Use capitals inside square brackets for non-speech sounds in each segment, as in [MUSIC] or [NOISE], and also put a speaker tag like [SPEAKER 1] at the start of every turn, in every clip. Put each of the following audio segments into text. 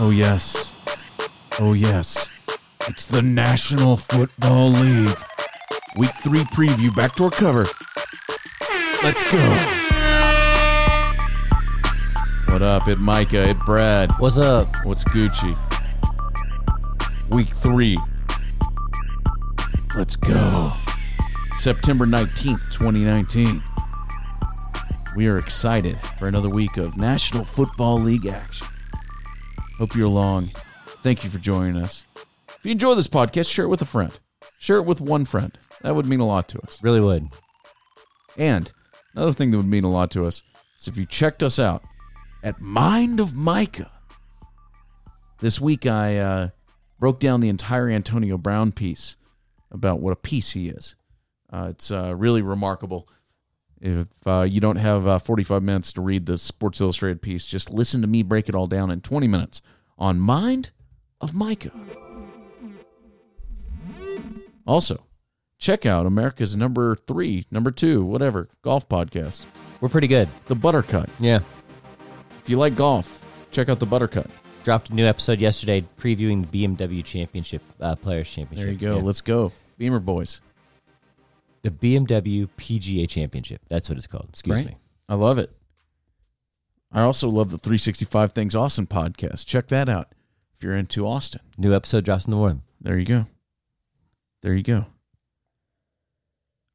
[SPEAKER 1] Oh, yes. Oh, yes. It's the National Football League. Week three preview, backdoor cover. Let's go. What up? It Micah. It Brad.
[SPEAKER 2] What's up?
[SPEAKER 1] What's Gucci? Week three. Let's go. September 19th, 2019. We are excited for another week of National Football League action. Hope you're along. Thank you for joining us. If you enjoy this podcast, share it with a friend. Share it with one friend. That would mean a lot to us.
[SPEAKER 2] Really would.
[SPEAKER 1] And another thing that would mean a lot to us is if you checked us out at Mind of Micah. This week, I uh, broke down the entire Antonio Brown piece about what a piece he is. Uh, it's uh, really remarkable. If uh, you don't have uh, 45 minutes to read the Sports Illustrated piece, just listen to me break it all down in 20 minutes on Mind of Micah. Also, check out America's number three, number two, whatever, golf podcast,
[SPEAKER 2] We're pretty good.
[SPEAKER 1] The Buttercut.
[SPEAKER 2] Yeah.
[SPEAKER 1] If you like golf, check out The Buttercut.
[SPEAKER 2] Dropped a new episode yesterday previewing the BMW Championship, uh, Players Championship.
[SPEAKER 1] There you go.
[SPEAKER 2] Yeah.
[SPEAKER 1] Let's go. Beamer Boys.
[SPEAKER 2] The BMW PGA Championship. That's what it's called. Excuse
[SPEAKER 1] right?
[SPEAKER 2] me.
[SPEAKER 1] I love it. I also love the 365 Things Awesome podcast. Check that out if you're into Austin.
[SPEAKER 2] New episode drops in the morning.
[SPEAKER 1] There you go. There you go.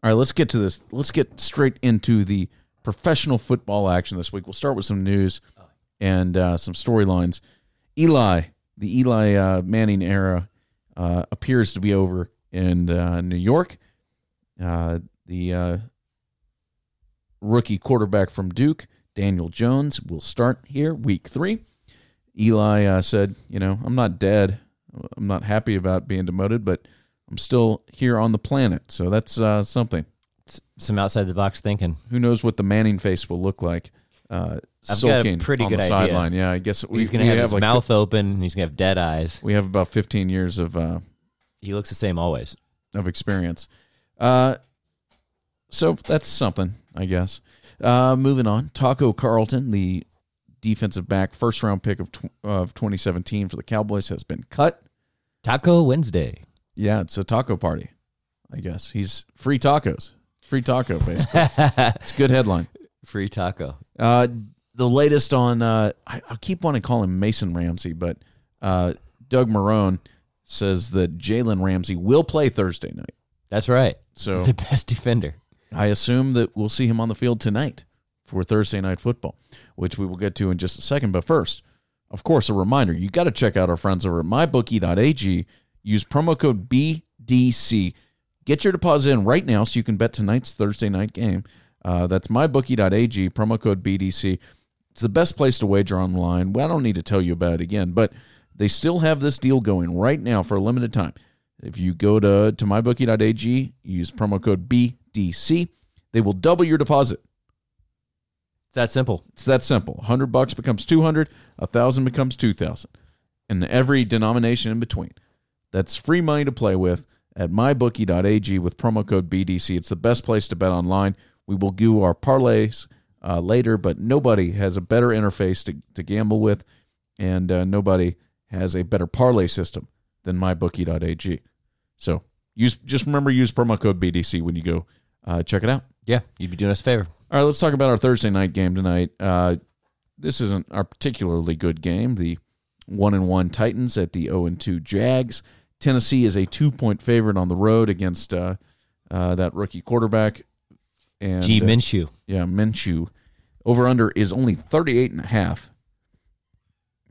[SPEAKER 1] All right, let's get to this. Let's get straight into the professional football action this week. We'll start with some news and uh, some storylines. Eli, the Eli uh, Manning era uh, appears to be over in uh, New York. Uh, the uh, rookie quarterback from Duke, Daniel Jones, will start here week three. Eli uh, said, "You know, I'm not dead. I'm not happy about being demoted, but I'm still here on the planet. So that's uh, something.
[SPEAKER 2] S- Some outside the box thinking.
[SPEAKER 1] Who knows what the Manning face will look like? Uh,
[SPEAKER 2] I've got a
[SPEAKER 1] sulking
[SPEAKER 2] pretty
[SPEAKER 1] on
[SPEAKER 2] good
[SPEAKER 1] the
[SPEAKER 2] idea.
[SPEAKER 1] sideline. Yeah, I guess we,
[SPEAKER 2] he's going
[SPEAKER 1] we
[SPEAKER 2] to have his
[SPEAKER 1] like
[SPEAKER 2] mouth open and he's going to have dead eyes.
[SPEAKER 1] fif- we have about 15 years of uh,
[SPEAKER 2] He looks the same always.
[SPEAKER 1] of experience. Uh, so that's something, I guess. Uh, moving on, Taco Carlton, the defensive back, first round pick of tw- of 2017 for the Cowboys, has been cut.
[SPEAKER 2] Taco
[SPEAKER 1] [LAUGHS]
[SPEAKER 2] Wednesday.
[SPEAKER 1] Yeah, it's a taco party. I guess he's free tacos, free taco. Basically, it's a good headline.
[SPEAKER 2] Free taco.
[SPEAKER 1] Uh, the latest on uh, I, I keep wanting to call him Mason Ramsey, but uh, Doug Marone says that Jalen Ramsey will play Thursday night.
[SPEAKER 2] That's right.
[SPEAKER 1] So
[SPEAKER 2] He's the best defender.
[SPEAKER 1] I assume that we'll see him on the field tonight for Thursday night football, which we will get to in just a second. But first, of course, a reminder you got to check out our friends over at mybookie.ag. Use promo code BDC. Get your deposit in right now so you can bet tonight's Thursday night game. Uh, that's mybookie.ag, promo code BDC. It's the best place to wager online. Well, I don't need to tell you about it again, but they still have this deal going right now for a limited time. If you go to, to mybookie.ag, use promo code BDC, they will double your deposit.
[SPEAKER 2] It's that simple.
[SPEAKER 1] It's that simple. 100 bucks becomes 200, 1000 becomes 2000, and every denomination in between. That's free money to play with at mybookie.ag with promo code BDC. It's the best place to bet online. We will do our parlays uh, later, but nobody has a better interface to, to gamble with, and uh, nobody has a better parlay system than mybookie.ag. So use just remember use promo code BDC when you go uh, check it out.
[SPEAKER 2] Yeah, you'd be doing us a favor.
[SPEAKER 1] All right, let's talk about our Thursday night game tonight. Uh, this isn't a particularly good game. The one and one Titans at the zero and two Jags. Tennessee is a two point favorite on the road against uh, uh, that rookie quarterback. And
[SPEAKER 2] G.
[SPEAKER 1] uh,
[SPEAKER 2] Minshew.
[SPEAKER 1] yeah, Minshew. Over under is only 38 and a half.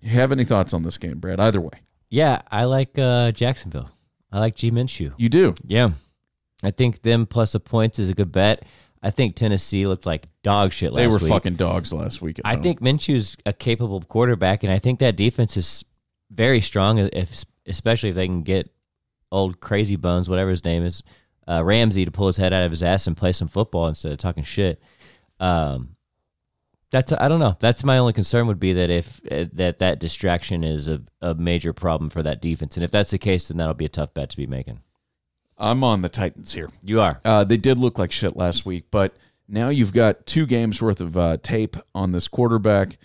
[SPEAKER 1] You have any thoughts on this game, Brad? Either way,
[SPEAKER 2] Yeah, I like uh, Jacksonville. I like G. Minshew.
[SPEAKER 1] you do.
[SPEAKER 2] Yeah. I think them plus the points is a good bet. I think Tennessee looked like dog shit last
[SPEAKER 1] They were
[SPEAKER 2] week.
[SPEAKER 1] fucking dogs last week.
[SPEAKER 2] I think Minshew's a capable quarterback, and I think that defense is very strong, e-, if, especially if they can get old Crazy Bones, whatever his name is, uh, Ramsey to pull his head out of his ass and play some football instead of talking shit. Um, that's I don't know. That's my only concern would be that if uh, that that distraction is a, a major problem for that defense, and if that's the case, then that'll be a tough bet to be making.
[SPEAKER 1] I'm on the Titans here.
[SPEAKER 2] You are
[SPEAKER 1] Uh, they did look like shit last week, but now you've got two games worth of uh, tape on this quarterback.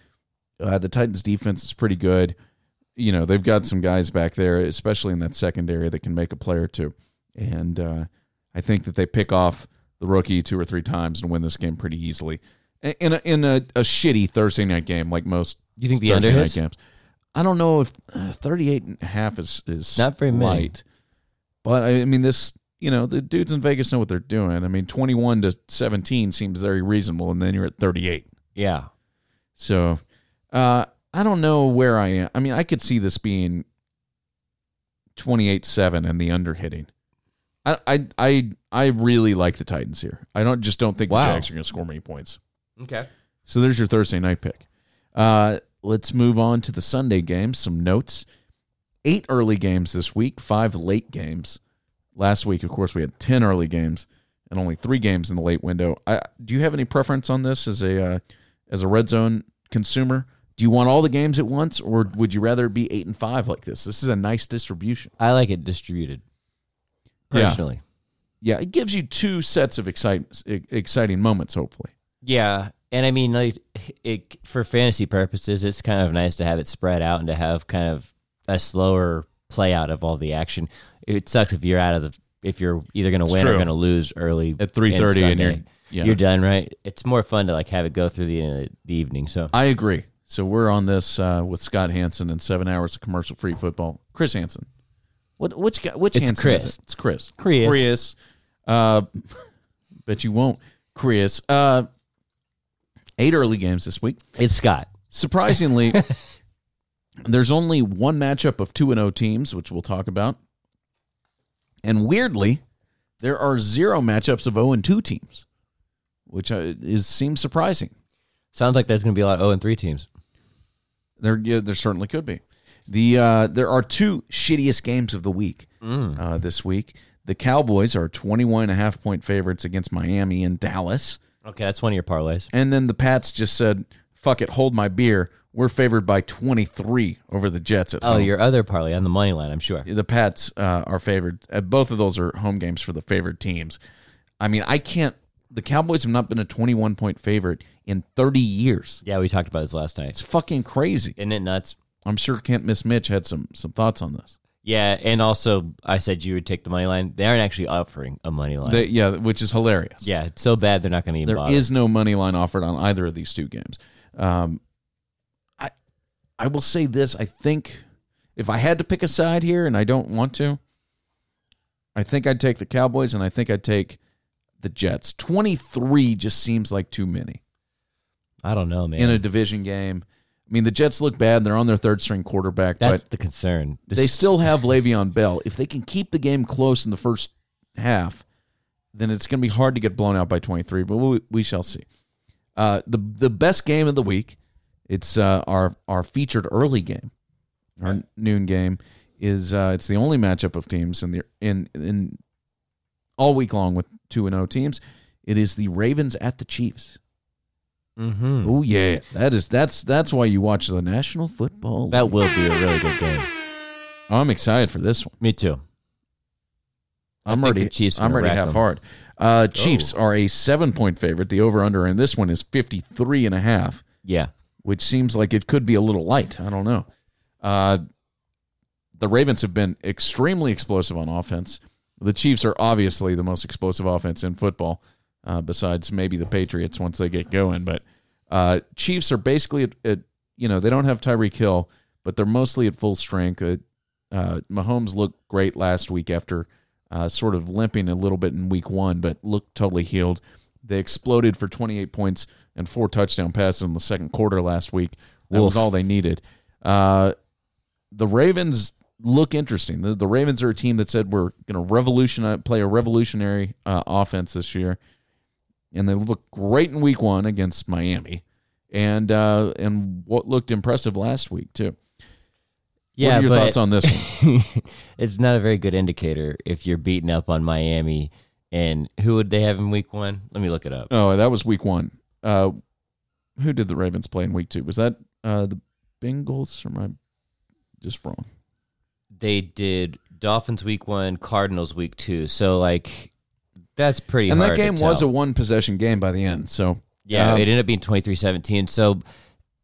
[SPEAKER 1] Uh, the Titans' defense is pretty good. you know they've got some guys back there, especially in that secondary, that can make a play or two. And uh, I think that they pick off the rookie two or three times and win this game pretty easily. A- In a, in a, a shitty Thursday night game, like most
[SPEAKER 2] You think the
[SPEAKER 1] Thursday
[SPEAKER 2] under
[SPEAKER 1] night
[SPEAKER 2] hits?
[SPEAKER 1] games. I don't know if uh, 38 and a half is is
[SPEAKER 2] Not very many.
[SPEAKER 1] light. But I I mean this, you know, the dudes in Vegas know what they're doing. I mean 21 to 17 seems very reasonable and then you're at 38.
[SPEAKER 2] Yeah.
[SPEAKER 1] So, uh, I don't know where I am. I mean, I could see this being 28-7 and the under hitting. I I I I really like the Titans here. I don't just don't think
[SPEAKER 2] Wow.
[SPEAKER 1] the Jags are going to score many points.
[SPEAKER 2] Okay.
[SPEAKER 1] So there's your Thursday night pick. Uh, let's move on to the Sunday games. Some notes: eight early games this week, five late games. Last week, of course, we had ten early games and only three games in the late window. I, do you have any preference on this as a uh, as a red zone consumer? Do you want all the games at once, or would you rather it be eight and five like this? This is a nice distribution.
[SPEAKER 2] I like it distributed.
[SPEAKER 1] Yeah.
[SPEAKER 2] Personally.
[SPEAKER 1] Yeah, it gives you two sets of excite, e, exciting moments. Hopefully,
[SPEAKER 2] Yeah. And I mean, like, it for fantasy purposes, it's kind of nice to have it spread out and to have kind of a slower play out of all the action. It sucks if you're out of the if you're either going to win or
[SPEAKER 1] true.
[SPEAKER 2] going to lose early
[SPEAKER 1] at three thirty,
[SPEAKER 2] in
[SPEAKER 1] and you're
[SPEAKER 2] Sunday.
[SPEAKER 1] yeah.
[SPEAKER 2] you're done, right? It's more fun to like have it go through the end of the evening. So
[SPEAKER 1] I agree. So we're on this uh, with Scott Hansen and seven hours of commercial free football. Chris Hansen. What which guy which
[SPEAKER 2] It's
[SPEAKER 1] Hansen
[SPEAKER 2] Chris.
[SPEAKER 1] is it? It's Chris.
[SPEAKER 2] Chris.
[SPEAKER 1] Chris. Uh [LAUGHS] bet you won't. Chris. Uh eight early games this week.
[SPEAKER 2] it's Scott. [LAUGHS]
[SPEAKER 1] Surprisingly, there's only one matchup of 2 and 0 teams, which we'll talk about. And weirdly, there are zero matchups of 0 and 2 teams, which uh, is seems surprising.
[SPEAKER 2] Sounds like there's going to be a lot of 0 and 3 teams.
[SPEAKER 1] There, yeah, there certainly could be. The uh, there are two shittiest games of the week uh, this week. The Cowboys are 21 and a half point favorites against Miami and Dallas.
[SPEAKER 2] Okay, that's one of your parlays.
[SPEAKER 1] And then the Pats just said, fuck it, hold my beer. We're favored by 23 over the Jets at
[SPEAKER 2] Oh,
[SPEAKER 1] home.
[SPEAKER 2] your other parlay on the money line, I'm sure.
[SPEAKER 1] The Pats uh, are favored. Uh, both of those are home games for the favored teams. I mean, I can't. The Cowboys have not been a 21 point favorite in 30 years.
[SPEAKER 2] Yeah, we talked about this last night.
[SPEAKER 1] It's fucking crazy.
[SPEAKER 2] Isn't it nuts?
[SPEAKER 1] I'm sure Kent Miss Mitch had some some thoughts on this.
[SPEAKER 2] Yeah, and also I said you would take the money line. They aren't actually offering a money line.
[SPEAKER 1] They, yeah, which is hilarious.
[SPEAKER 2] yeah, it's so bad they're not going to even
[SPEAKER 1] There
[SPEAKER 2] bother.
[SPEAKER 1] is no money line offered on either of these two games. Um, I I will say this: I think if I had to pick a side here, and I don't want to, I think I'd take the Cowboys, and I think I'd take the Jets. Twenty three just seems like too many
[SPEAKER 2] I don't know, man.
[SPEAKER 1] in a division game. I mean, the Jets look bad; they're on their third string quarterback,
[SPEAKER 2] that's
[SPEAKER 1] but
[SPEAKER 2] the concern. This,
[SPEAKER 1] they still have Le'Veon Bell. If they can keep the game close in the first half, then it's going to be hard to get blown out by 23. But we, we shall see. Uh, the the best game of the week, it's uh, our our featured early game, our noon game is uh, it's the only matchup of teams in the in in all week long with two and O teams. It is the Ravens at the Chiefs.
[SPEAKER 2] Mhm.
[SPEAKER 1] Oh yeah, that is that's that's why you watch the National Football.
[SPEAKER 2] That
[SPEAKER 1] League.
[SPEAKER 2] will be a really good game.
[SPEAKER 1] I'm excited for this one.
[SPEAKER 2] Me too. I
[SPEAKER 1] I'm
[SPEAKER 2] think
[SPEAKER 1] already
[SPEAKER 2] the Chiefs are
[SPEAKER 1] I'm
[SPEAKER 2] gonna
[SPEAKER 1] already
[SPEAKER 2] rack
[SPEAKER 1] half
[SPEAKER 2] them. Oh.
[SPEAKER 1] hard. Uh, Chiefs are a seven point favorite. The over under in this one is 53 and a half,
[SPEAKER 2] Yeah.
[SPEAKER 1] which seems like it could be a little light. I don't know. Uh, the Ravens have been extremely explosive on offense. The Chiefs are obviously the most explosive offense in football, uh, besides maybe the Patriots once they get going. But uh, Chiefs are basically at, at you know they don't have Tyreek Hill, but they're mostly at full strength. Uh, uh, Mahomes looked great last week after uh, sort of limping a little bit in week one, but looked totally healed. They exploded for 28 points and four touchdown passes in the second quarter last week. That was
[SPEAKER 2] Woof.
[SPEAKER 1] all they needed. Uh, the Ravens look interesting. The, the Ravens are a team that said we're going to revolutionize, play a revolutionary uh, offense this year, and they look great in Week One against Miami, and uh, and what looked impressive last week too.
[SPEAKER 2] Yeah,
[SPEAKER 1] what are your
[SPEAKER 2] but-
[SPEAKER 1] thoughts
[SPEAKER 2] [LAUGHS]
[SPEAKER 1] on this? One? [LAUGHS]
[SPEAKER 2] it's not a very good indicator if you're beating up on Miami. And who would they have in week one? Let me look it up.
[SPEAKER 1] oh, that was Week One. Uh, who did the Ravens play in Week Two? Was that uh, the Bengals? Or am I just wrong?
[SPEAKER 2] They did Dolphins week one, Cardinals week two. So like, that's pretty.
[SPEAKER 1] and that
[SPEAKER 2] hard to
[SPEAKER 1] game was a
[SPEAKER 2] tell.
[SPEAKER 1] one possession game by the end. So
[SPEAKER 2] yeah.
[SPEAKER 1] um,
[SPEAKER 2] it ended up being 23-17. So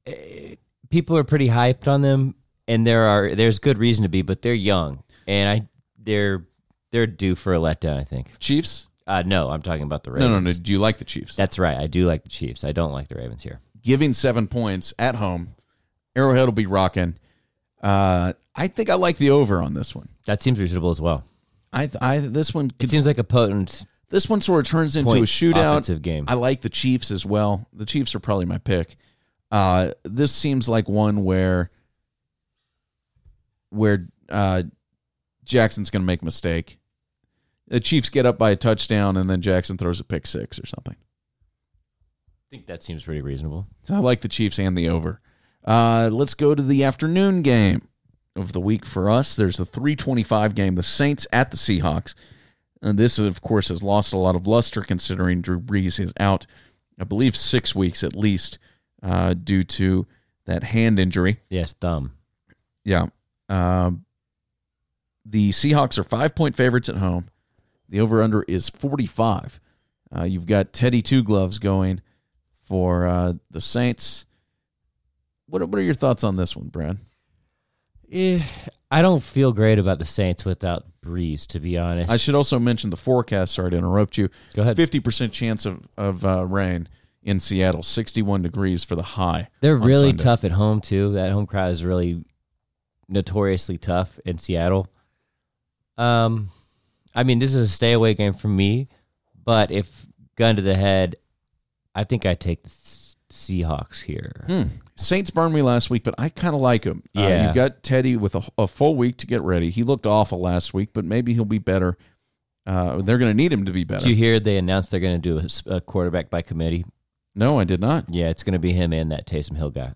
[SPEAKER 2] eh, people are pretty hyped on them. and there are there's good reason to be, but they're young, and I they're they're due for a letdown. I think.
[SPEAKER 1] Chiefs?
[SPEAKER 2] Uh, no, I'm talking about the
[SPEAKER 1] No,
[SPEAKER 2] Ravens.
[SPEAKER 1] no, no. Do you like the Chiefs?
[SPEAKER 2] That's right. I do like the Chiefs. I don't like the Ravens here.
[SPEAKER 1] Giving seven points at home, Arrowhead will be rocking. Uh, I think I like the over on this one.
[SPEAKER 2] That seems reasonable as well.
[SPEAKER 1] I, I this one
[SPEAKER 2] It seems like a potent
[SPEAKER 1] this one sort of turns into a
[SPEAKER 2] point
[SPEAKER 1] shootout.
[SPEAKER 2] offensive game.
[SPEAKER 1] I like the Chiefs as well. The Chiefs are probably my pick. Uh, this seems like one where where uh, Jackson's going to make a mistake. The Chiefs get up by a touchdown, and then Jackson throws a pick six or something.
[SPEAKER 2] think that seems pretty reasonable.
[SPEAKER 1] So I like the Chiefs and the over. Uh, let's go to the afternoon game of the week for us. There's a 325 game, the Saints at the Seahawks. And this, of course, has lost a lot of luster considering Drew Brees is out, I believe, six weeks at least uh, due to that hand injury.
[SPEAKER 2] Yes, thumb.
[SPEAKER 1] Yeah. Um, the Seahawks are five point favorites at home. The over under is 45. Uh, you've got Teddy Two Gloves going for uh, the Saints. What, are- what are your thoughts on this one, Brad?
[SPEAKER 2] Eh, I don't feel great about the Saints without Breeze, to be honest.
[SPEAKER 1] I should also mention the forecast. Sorry to interrupt you.
[SPEAKER 2] Go ahead.
[SPEAKER 1] 50% chance of, of uh, rain in Seattle, 61 degrees for the high.
[SPEAKER 2] They're
[SPEAKER 1] on
[SPEAKER 2] really
[SPEAKER 1] Sunday.
[SPEAKER 2] tough at home too. That home crowd is really notoriously tough in Seattle. Um, I mean, this is a stay away game for me, but if gun to the head, I think I take the S- Seahawks here.
[SPEAKER 1] Hmm. Saints burned me last week, but I kind of like him. Uh,
[SPEAKER 2] Yeah.
[SPEAKER 1] you've got Teddy with a, a full week to get ready. He looked awful last week, but maybe he'll be better. Uh, they're going to need him to be
[SPEAKER 2] Did
[SPEAKER 1] better.
[SPEAKER 2] you hear they announced they're going to do a s- a, quarterback by committee?
[SPEAKER 1] no, I did not.
[SPEAKER 2] Yeah, it's going to be him and that Taysom Hill guy.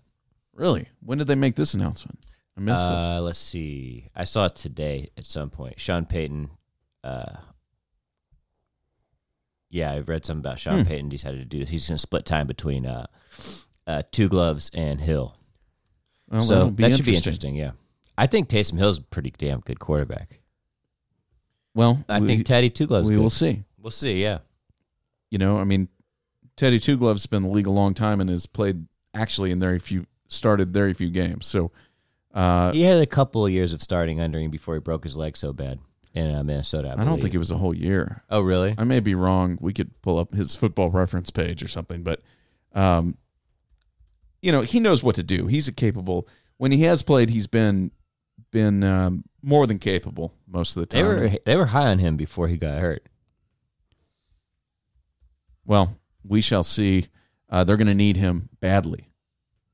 [SPEAKER 1] Really? When did they make this announcement? I missed this.
[SPEAKER 2] Uh, let's see. I saw it today at some point. Sean Payton. Uh, yeah, I read something about
[SPEAKER 1] Hmm.
[SPEAKER 2] Sean Payton decided to do this. He's going to split time between uh, uh, two gloves and Hill.
[SPEAKER 1] Oh, Well,
[SPEAKER 2] so
[SPEAKER 1] that'll
[SPEAKER 2] that should be interesting. Yeah, I think Taysom Hill's a pretty damn good quarterback.
[SPEAKER 1] Well,
[SPEAKER 2] I
[SPEAKER 1] we,
[SPEAKER 2] think Teddy Two Gloves.
[SPEAKER 1] we
[SPEAKER 2] good.
[SPEAKER 1] will see.
[SPEAKER 2] We'll see. Yeah,
[SPEAKER 1] You know, I mean, Teddy Two Gloves has been in the league a long time and has played actually in very few started very few games. So, uh,
[SPEAKER 2] he had a couple of years of starting under him before he broke his leg so bad in uh, Minnesota. I,
[SPEAKER 1] I don't think it was a whole year.
[SPEAKER 2] Oh, really?
[SPEAKER 1] I may be wrong. We could pull up his football reference page or something, but um, you know, he knows what to do. He's a capable. When he has played, he's been been um, more than capable most of the
[SPEAKER 2] They
[SPEAKER 1] time.
[SPEAKER 2] were they were high on him before he got hurt.
[SPEAKER 1] well, we shall see. Uh, they're going to need him badly,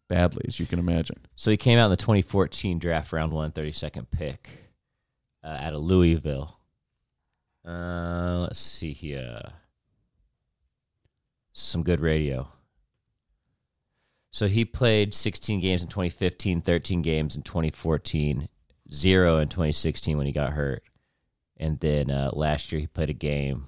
[SPEAKER 1] badly, as you can imagine.
[SPEAKER 2] So he came out in the 2014 draft, round one, 32nd pick, uh, out of Louisville. Uh, let's see here. Some good radio. So he played 16 games in 2015, 13 games in 2014, zero in 2016 when he got hurt, and then uh, last year he played a game.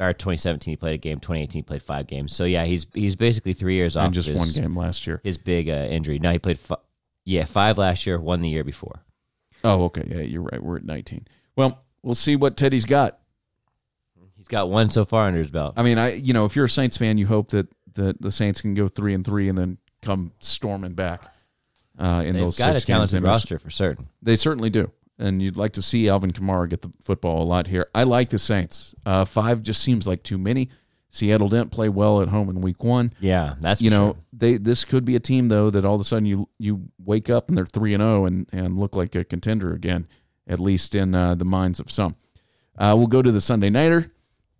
[SPEAKER 2] Or 2017 he played a game, 2018 he played five games. So yeah, he's he's basically three years off
[SPEAKER 1] And just
[SPEAKER 2] his-
[SPEAKER 1] one game last year.
[SPEAKER 2] his big uh, injury. Now he played, fi- yeah, five last year, one the year before.
[SPEAKER 1] Oh, okay. Yeah, you're right. We're at 19. Well, we'll see what Teddy's got.
[SPEAKER 2] He's got one so far under his belt.
[SPEAKER 1] I mean, I you know, if you're a Saints fan, you hope that the, the Saints can go three and three and then come storming back. Uh, in
[SPEAKER 2] They've
[SPEAKER 1] those
[SPEAKER 2] got
[SPEAKER 1] six
[SPEAKER 2] a
[SPEAKER 1] games they
[SPEAKER 2] talented
[SPEAKER 1] missed.
[SPEAKER 2] roster for certain.
[SPEAKER 1] They certainly do. And you'd like to see Alvin Kamara get the football a lot here. I like the Saints. Uh, five just seems like too many. Seattle didn't play well at home in week one.
[SPEAKER 2] Yeah, that's
[SPEAKER 1] You
[SPEAKER 2] for
[SPEAKER 1] know,
[SPEAKER 2] sure.
[SPEAKER 1] they this could be a team though that all of a sudden you you wake up and they're three and zero and and look like a contender again, at least in uh, the minds of some. Uh, we'll go to the Sunday nighter.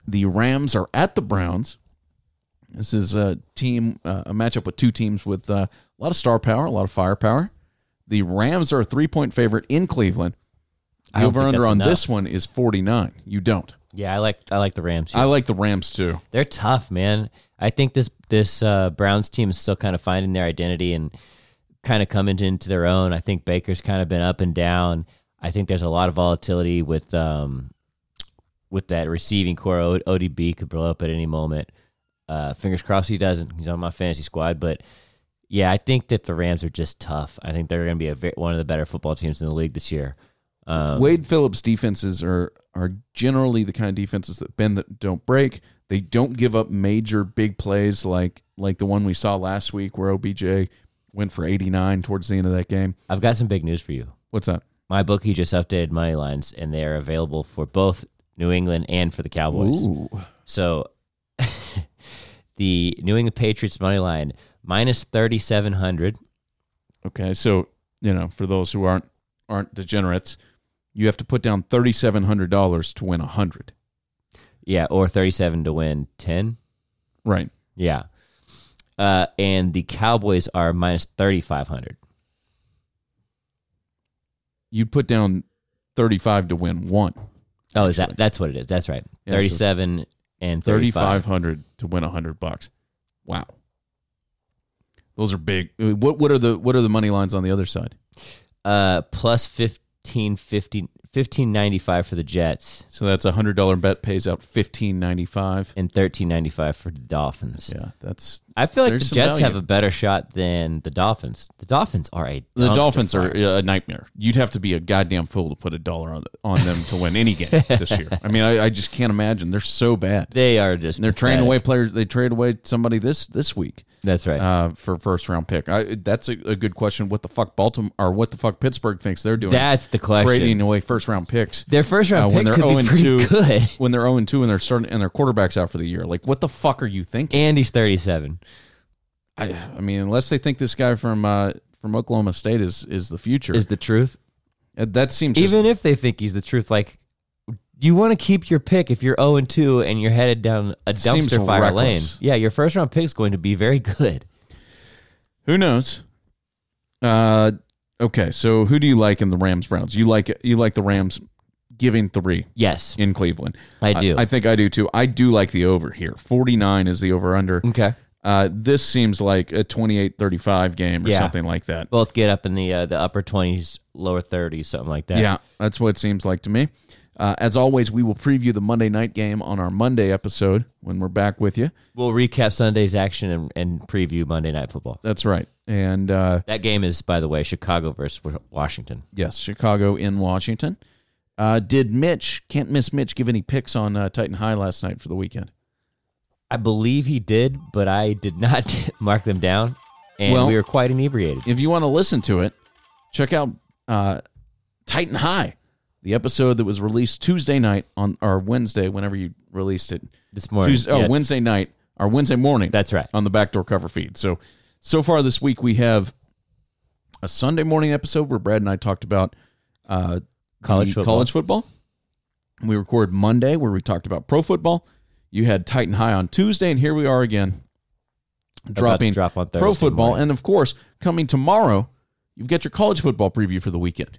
[SPEAKER 1] The Rams are at the Browns. This is a team, uh, a matchup with two teams with uh, a lot of star power, a lot of firepower. The Rams are a three point favorite in Cleveland.
[SPEAKER 2] I
[SPEAKER 1] The
[SPEAKER 2] don't think
[SPEAKER 1] over under
[SPEAKER 2] that's
[SPEAKER 1] on
[SPEAKER 2] enough.
[SPEAKER 1] this one is 49. You don't.
[SPEAKER 2] Yeah, I like I like the Rams. here.
[SPEAKER 1] I like the Rams too.
[SPEAKER 2] They're tough, man. I think this this uh, Browns team is still kind of finding their identity and kind of coming into their own. I think Baker's kind of been up and down. I think there's a lot of volatility with um with that receiving core. O- ODB could blow up at any moment. Uh, fingers crossed he doesn't. He's on my fantasy squad, but yeah, I think that the Rams are just tough. I think they're going to be a ve- one of the better football teams in the league this year. Um,
[SPEAKER 1] Wade Phillips defenses are are generally the kind of defenses that bend that don't break. They don't give up major big plays like like the one we saw last week where OBJ went for 89 towards the end of that game.
[SPEAKER 2] I've got some big news for you.
[SPEAKER 1] What's that?
[SPEAKER 2] My bookie just updated money lines, and they are available for both New England and for the Cowboys.
[SPEAKER 1] Ooh.
[SPEAKER 2] So, [LAUGHS] the New England Patriots money line minus thirty seven hundred.
[SPEAKER 1] Okay, so you know, for those who aren't aren't degenerates, you have to put down thirty seven hundred dollars to win a hundred.
[SPEAKER 2] Yeah, or thirty seven to win ten.
[SPEAKER 1] Right.
[SPEAKER 2] Yeah, uh, and the Cowboys are minus thirty five hundred.
[SPEAKER 1] You put down thirty five to win one.
[SPEAKER 2] Oh, is that that's what it is? That's right.
[SPEAKER 1] Yeah, so-
[SPEAKER 2] thirty seven and
[SPEAKER 1] Thirty
[SPEAKER 2] thirty
[SPEAKER 1] five
[SPEAKER 2] five.
[SPEAKER 1] hundred to win a hundred bucks. Wow. Those are big. Uh, What what are the what are the money lines on the other side?
[SPEAKER 2] Uh, plus 1550 1595 for the Jets
[SPEAKER 1] So that's a hundred dollar bet pays out fifteen ninety five.
[SPEAKER 2] and thirteen ninety five for the Dolphins.
[SPEAKER 1] Yeah, that's
[SPEAKER 2] I feel like
[SPEAKER 1] There's
[SPEAKER 2] the
[SPEAKER 1] some
[SPEAKER 2] Jets
[SPEAKER 1] value.
[SPEAKER 2] have a better shot than the Dolphins. The Dolphins are a
[SPEAKER 1] the
[SPEAKER 2] dumpster
[SPEAKER 1] Dolphins are
[SPEAKER 2] fire.
[SPEAKER 1] a nightmare. You'd have to be a goddamn fool to put a dollar on on them to win [LAUGHS] any game this year. I mean, I, I just can't imagine. They're so bad.
[SPEAKER 2] they are just
[SPEAKER 1] And they're trading
[SPEAKER 2] pathetic.
[SPEAKER 1] away players. They trade away somebody this this week
[SPEAKER 2] That's right.
[SPEAKER 1] uh, for first round pick. I, that's a, a good question. What the fuck Baltimore or what the fuck Pittsburgh thinks they're doing?
[SPEAKER 2] That's the question.
[SPEAKER 1] trading away first round picks
[SPEAKER 2] Their first
[SPEAKER 1] uh,
[SPEAKER 2] round
[SPEAKER 1] when they're
[SPEAKER 2] pick could
[SPEAKER 1] zero
[SPEAKER 2] be
[SPEAKER 1] and
[SPEAKER 2] pretty
[SPEAKER 1] two.
[SPEAKER 2] good. [LAUGHS]
[SPEAKER 1] When they're zero and two and they're starting and their quarterbacks out for the year. Like what the fuck are you thinking?
[SPEAKER 2] And he's thirty seven.
[SPEAKER 1] I, I mean, unless they think this guy from uh, from Oklahoma State is is the future,
[SPEAKER 2] Is the truth.
[SPEAKER 1] Uh, that seems just,
[SPEAKER 2] Even if they think he's the truth, like you want to keep your pick if you're zero and two and you're headed down a
[SPEAKER 1] Seems
[SPEAKER 2] dumpster fire
[SPEAKER 1] reckless.
[SPEAKER 2] lane. Yeah, your first round pick's going to be very good. [LAUGHS]
[SPEAKER 1] who knows. Uh, okay, so who do you like in the Rams Browns? You like you like the Rams giving three
[SPEAKER 2] Yes,
[SPEAKER 1] in Cleveland.
[SPEAKER 2] I do.
[SPEAKER 1] I, think I do too. I do like the over here. 49 is the over under.
[SPEAKER 2] okay,
[SPEAKER 1] Uh, this seems like a 28 35 game or
[SPEAKER 2] Yeah.
[SPEAKER 1] something like that.
[SPEAKER 2] both get up in the uh, the upper twenties, lower thirties, something like that.
[SPEAKER 1] Yeah, that's what it seems like to me. Uh, as always, we will preview the Monday night game on our Monday episode when we're back with you.
[SPEAKER 2] We'll recap Sunday's action and, and preview Monday Night Football.
[SPEAKER 1] That's right. And uh,
[SPEAKER 2] That game is, by the way, Chicago versus Wa- Washington.
[SPEAKER 1] yes, Chicago in Washington. Uh, did Mitch, can't miss Mitch, give any picks on uh, Titan High last night for the weekend?
[SPEAKER 2] I believe he did, but I did not [LAUGHS] mark them down, and
[SPEAKER 1] Well-
[SPEAKER 2] we were quite inebriated.
[SPEAKER 1] if you want to listen to it, check out uh, Titan High, the episode that was released Tuesday night on or Wednesday, whenever you released it.
[SPEAKER 2] This morning,
[SPEAKER 1] Tuesday, oh,
[SPEAKER 2] Yeah,
[SPEAKER 1] Wednesday uh, night or Wednesday morning.
[SPEAKER 2] that's right.
[SPEAKER 1] on the backdoor cover feed. So, so far this week we have a Sunday morning episode where Brad and I talked about uh,
[SPEAKER 2] College
[SPEAKER 1] the
[SPEAKER 2] football.
[SPEAKER 1] college football. We record Monday where we talked about pro football. You had Titan High on Tuesday, and here we are again, dropping
[SPEAKER 2] drop on
[SPEAKER 1] pro
[SPEAKER 2] Thursday
[SPEAKER 1] football,
[SPEAKER 2] morning.
[SPEAKER 1] and of course, coming tomorrow, you've got your college football preview for the weekend,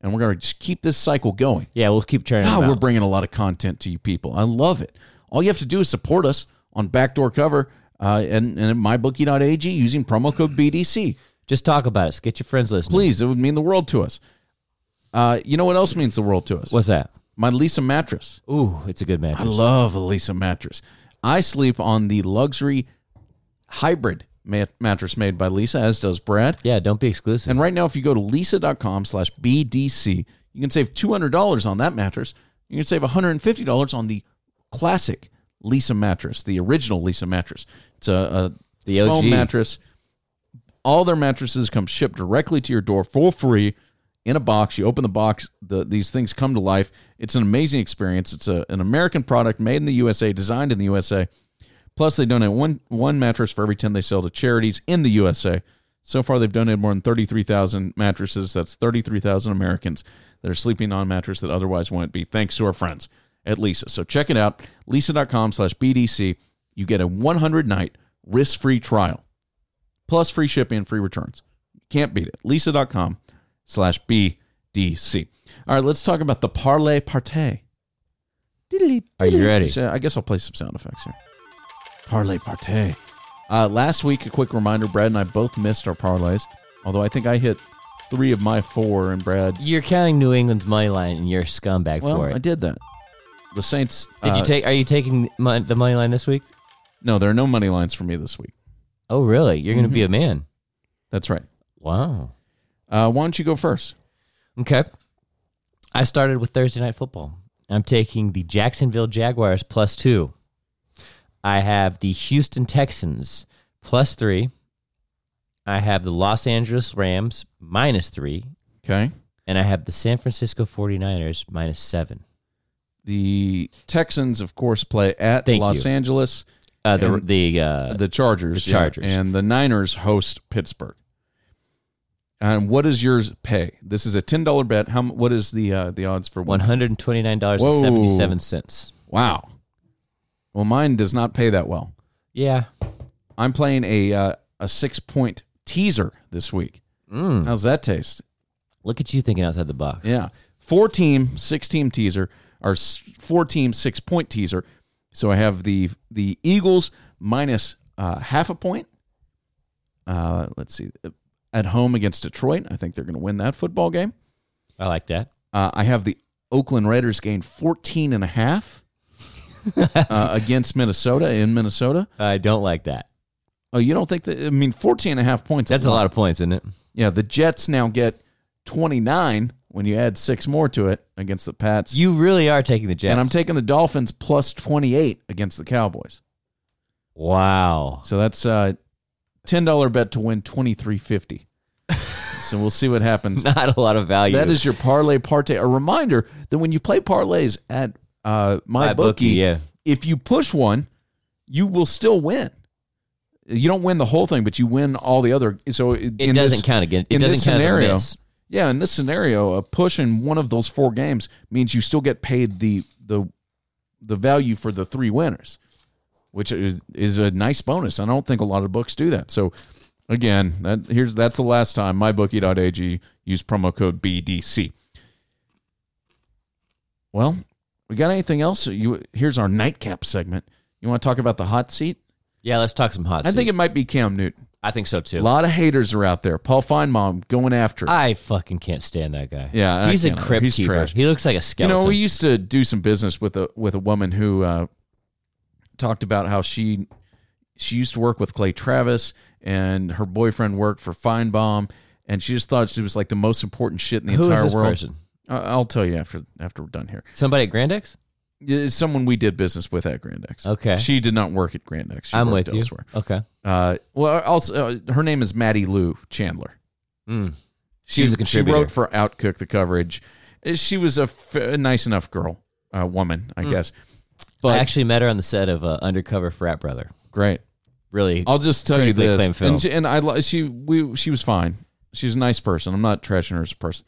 [SPEAKER 1] and we're gonna just keep this cycle going.
[SPEAKER 2] Yeah, we'll keep churning.
[SPEAKER 1] God,
[SPEAKER 2] them
[SPEAKER 1] Ah, we're
[SPEAKER 2] out.
[SPEAKER 1] bringing a lot of content to you people. I love it. All you have to do is support us on Backdoor Cover uh, and, and at mybookie.ag using promo code BDC.
[SPEAKER 2] Just talk about it. Get your friends listening.
[SPEAKER 1] Please, it would mean the world to us. Uh, you know what else means the world to us?
[SPEAKER 2] What's that?
[SPEAKER 1] My Lisa mattress.
[SPEAKER 2] Ooh, it's a good match.
[SPEAKER 1] I love a Lisa mattress. I sleep on the luxury hybrid mat- mattress made by Lisa, as does Brad.
[SPEAKER 2] Yeah, don't be exclusive.
[SPEAKER 1] And right now, if you go to lisa.com slash BDC, you can save $200 on that mattress. You can save $150 on the classic Lisa mattress, the original Lisa mattress. It's a, a
[SPEAKER 2] The OG.
[SPEAKER 1] foam mattress. All their mattresses come shipped directly to your door for free in a box. You open the box, the, these things come to life. It's an amazing experience. It's a, an American product made in the USA, designed in the USA. Plus, they donate one one mattress for every ten they sell to charities in the USA. So far, they've donated more than thirty three thousand mattresses. That's thirty three thousand Americans that are sleeping on a mattress that otherwise wouldn't be. Thanks to our friends at Lisa. So check it out, lisa.com/bdc. You get a one hundred night risk free trial, plus free shipping and free returns. Can't beat it. lisa.com/bdc. All right, let's talk about the parlay partay.
[SPEAKER 2] Are you ready?
[SPEAKER 1] So I guess I'll play some sound effects here. Parlay partay. Uh, last week, a quick reminder: Brad and I both missed our parlays. Although I think I hit three of my four, and Brad.
[SPEAKER 2] You're counting New England's money line, and you're a scumbag
[SPEAKER 1] Well,
[SPEAKER 2] for it.
[SPEAKER 1] I did that. The Saints.
[SPEAKER 2] Did you
[SPEAKER 1] uh,
[SPEAKER 2] take? Are you taking mon- the money line this week?
[SPEAKER 1] No, there are no money lines for me this week.
[SPEAKER 2] Oh, really? You're going to be
[SPEAKER 1] Mm-hmm.
[SPEAKER 2] a man.
[SPEAKER 1] That's right.
[SPEAKER 2] Wow.
[SPEAKER 1] Uh, why don't you go first?
[SPEAKER 2] Okay. I started with Thursday night football. I'm taking the Jacksonville Jaguars plus two. I have the Houston Texans plus three. I have the Los Angeles Rams minus three,
[SPEAKER 1] Okay.
[SPEAKER 2] and I have the San Francisco 49ers minus seven.
[SPEAKER 1] The Texans, of course, play at
[SPEAKER 2] Thank
[SPEAKER 1] Los
[SPEAKER 2] you.
[SPEAKER 1] Angeles.
[SPEAKER 2] Uh, the
[SPEAKER 1] And-
[SPEAKER 2] the, uh,
[SPEAKER 1] the Chargers,
[SPEAKER 2] the
[SPEAKER 1] yeah.
[SPEAKER 2] Chargers.
[SPEAKER 1] and the Niners host Pittsburgh. And what is yours pay? This is a ten dollar bet. How mu- what is the uh, the odds for one?
[SPEAKER 2] one hundred and twenty nine dollars and seventy seven cents.
[SPEAKER 1] Wow. Well, mine does not pay that well.
[SPEAKER 2] Yeah.
[SPEAKER 1] I'm playing a uh, a six point teaser this week.
[SPEAKER 2] Mm.
[SPEAKER 1] How's that taste?
[SPEAKER 2] Look at you thinking outside the box.
[SPEAKER 1] Yeah, four team, six team teaser, or s- four team, six point teaser. So I have the the Eagles minus uh, half a point. Uh, let's see, at home against Detroit, I think they're going to win that football game.
[SPEAKER 2] I like that.
[SPEAKER 1] Uh, I have the Oakland Raiders gain 14 and a half
[SPEAKER 2] [LAUGHS]
[SPEAKER 1] uh, against Minnesota in Minnesota.
[SPEAKER 2] I don't like that.
[SPEAKER 1] Oh, you don't think that? I mean, 14 and a half points.
[SPEAKER 2] That's a lot of points, isn't it?
[SPEAKER 1] Yeah, the Jets now get 29 when you add six more to it against the Pats.
[SPEAKER 2] You really are taking the Jets.
[SPEAKER 1] And I'm taking the Dolphins plus 28 against the Cowboys.
[SPEAKER 2] wow.
[SPEAKER 1] So that's a $10 bet to win
[SPEAKER 2] [LAUGHS]
[SPEAKER 1] 23.50. so we'll see what happens.
[SPEAKER 2] Not a lot of value.
[SPEAKER 1] That is your parlay parte. A reminder that when you play parlays at uh, my,
[SPEAKER 2] my
[SPEAKER 1] bookie,
[SPEAKER 2] bookie. Yeah.
[SPEAKER 1] if you push one, you will still win. You don't win the whole thing, but you win all the other. So it
[SPEAKER 2] It doesn't count again. It
[SPEAKER 1] in
[SPEAKER 2] doesn't
[SPEAKER 1] this
[SPEAKER 2] count as
[SPEAKER 1] scenario-
[SPEAKER 2] a miss.
[SPEAKER 1] Yeah, in this scenario, a push in one of those four games means you still get paid the the the value for the three winners, which is, is a nice bonus. I don't think a lot of books do that. So again, that here's that's the last time mybookie.ag use promo code BDC. Well, we got anything else? You here's our nightcap segment. You want to talk about the hot seat?
[SPEAKER 2] Yeah, let's talk some hot.
[SPEAKER 1] I
[SPEAKER 2] seat.
[SPEAKER 1] think it might be Cam Newton.
[SPEAKER 2] I think so
[SPEAKER 1] A
[SPEAKER 2] too.
[SPEAKER 1] lot of haters are out there. Paul Feinbaum going after.
[SPEAKER 2] I fucking can't stand that guy.
[SPEAKER 1] Yeah, I
[SPEAKER 2] he's a
[SPEAKER 1] can't either.
[SPEAKER 2] crypt
[SPEAKER 1] He's
[SPEAKER 2] keeper.
[SPEAKER 1] trash.
[SPEAKER 2] He looks like a
[SPEAKER 1] You
[SPEAKER 2] skeleton.
[SPEAKER 1] know, we used to do some business with a with a woman who uh, talked about how she she used to work with Clay Travis and her boyfriend worked for Feinbaum, and she just thought she was like the most important shit in the
[SPEAKER 2] Who is
[SPEAKER 1] entire
[SPEAKER 2] this
[SPEAKER 1] world.
[SPEAKER 2] person?
[SPEAKER 1] I- I'll tell you after after we're done here.
[SPEAKER 2] Somebody at Grand X?
[SPEAKER 1] It's someone we did business with at Grand X.
[SPEAKER 2] Okay.
[SPEAKER 1] she did not work at Grand X. She
[SPEAKER 2] I'm
[SPEAKER 1] worked
[SPEAKER 2] with you.
[SPEAKER 1] elsewhere.
[SPEAKER 2] Okay.
[SPEAKER 1] Uh, well, also uh, her name is Maddie Lou Chandler.
[SPEAKER 2] Mm. She was a
[SPEAKER 1] She
[SPEAKER 2] contributor.
[SPEAKER 1] wrote for Outcook the coverage. Uh, She was a, f- a nice enough girl, uh, woman, I guess.
[SPEAKER 2] I
[SPEAKER 1] But
[SPEAKER 2] actually met her on the set of uh, Undercover Frat Brother.
[SPEAKER 1] great.
[SPEAKER 2] Really,
[SPEAKER 1] I'll just tell you
[SPEAKER 2] Critically
[SPEAKER 1] this,
[SPEAKER 2] acclaimed film.
[SPEAKER 1] and, she, and I li- she we she was fine. She's a nice person. I'm not trashing her as a person,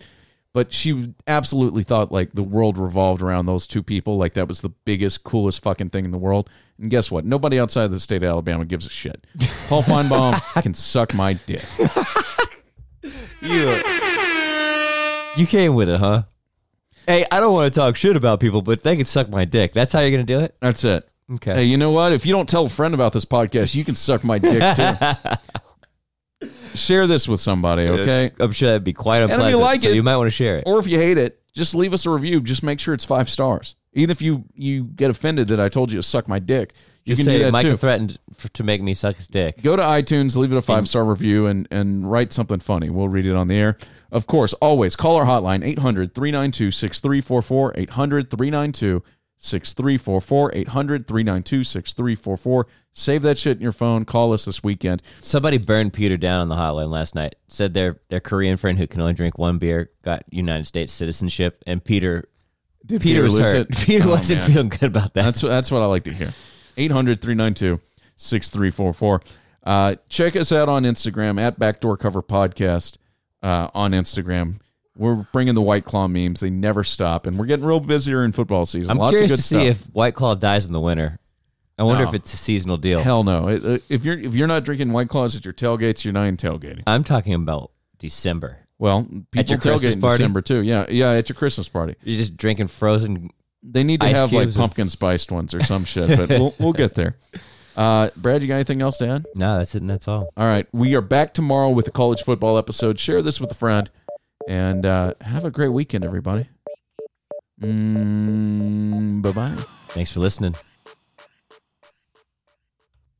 [SPEAKER 1] but she absolutely thought like the world revolved around those two people. Like that was the biggest, coolest fucking thing in the world. And guess what? Nobody outside of the state of Alabama gives a shit.
[SPEAKER 2] [LAUGHS]
[SPEAKER 1] Paul Feinbaum can suck my dick.
[SPEAKER 2] you you came with it, huh? Hey, I don't want to talk shit about people, but they can suck my dick. That's how you're gonna do it.
[SPEAKER 1] That's it.
[SPEAKER 2] Okay.
[SPEAKER 1] Hey, you know what? If you don't tell a friend about this podcast, you can suck my dick too.
[SPEAKER 2] [LAUGHS]
[SPEAKER 1] Share this with somebody, okay?
[SPEAKER 2] I'm sure that'd be quite
[SPEAKER 1] if you
[SPEAKER 2] unpleasant.
[SPEAKER 1] like
[SPEAKER 2] so
[SPEAKER 1] it-
[SPEAKER 2] you might want to share it.
[SPEAKER 1] Or if you hate it, just leave us a review. Just make sure it's five stars. Even if you you get offended that I told you to suck my dick, you can
[SPEAKER 2] Just say
[SPEAKER 1] do that
[SPEAKER 2] Michael
[SPEAKER 1] too.
[SPEAKER 2] threatened f- to make me suck his dick.
[SPEAKER 1] Go to iTunes, leave it a five star review, and and write something funny. We'll read it on the air. Of course, always call our hotline 800 392 6344 800 392 6344 800 392 6344. Save that shit in your phone. Call us this weekend.
[SPEAKER 2] Somebody burned Peter down on the hotline last night. Said their their Korean friend who can only drink one beer got United States citizenship, and Peter
[SPEAKER 1] Did
[SPEAKER 2] Peter, was
[SPEAKER 1] lose
[SPEAKER 2] hurt.
[SPEAKER 1] it?
[SPEAKER 2] [LAUGHS] Peter
[SPEAKER 1] Oh,
[SPEAKER 2] wasn't
[SPEAKER 1] man.
[SPEAKER 2] feeling good about that.
[SPEAKER 1] That's that's what I like to hear. 800-392-6344. Uh, check us out on Instagram at Backdoor Cover Podcast uh, on Instagram. We're bringing the White Claw memes. They never stop, and we're getting real busier in football season.
[SPEAKER 2] I'm
[SPEAKER 1] Lots
[SPEAKER 2] curious
[SPEAKER 1] of
[SPEAKER 2] to
[SPEAKER 1] good
[SPEAKER 2] see
[SPEAKER 1] stuff.
[SPEAKER 2] if White Claw dies in the winter. I wonder
[SPEAKER 1] No.
[SPEAKER 2] if it's a seasonal deal.
[SPEAKER 1] Hell no! It- uh, If you're if you're not drinking White Claws at your tailgates, you're not in tailgating.
[SPEAKER 2] I'm talking about December.
[SPEAKER 1] Well, people
[SPEAKER 2] your
[SPEAKER 1] tailgate
[SPEAKER 2] Christmas
[SPEAKER 1] in
[SPEAKER 2] party?
[SPEAKER 1] December too. Yeah, yeah, at your Christmas party.
[SPEAKER 2] You're just drinking frozen.
[SPEAKER 1] They need to
[SPEAKER 2] Ice
[SPEAKER 1] have like
[SPEAKER 2] cubes and-
[SPEAKER 1] pumpkin spiced ones or some shit. But we'll we'll get
[SPEAKER 2] [LAUGHS]
[SPEAKER 1] there. Uh, Brad, you got anything else to add?
[SPEAKER 2] No, that's it. And that's all.
[SPEAKER 1] All right. We are back tomorrow with a college football episode. Share this with a friend and uh, have a great weekend, everybody. Mm, bye bye.
[SPEAKER 2] Thanks for listening.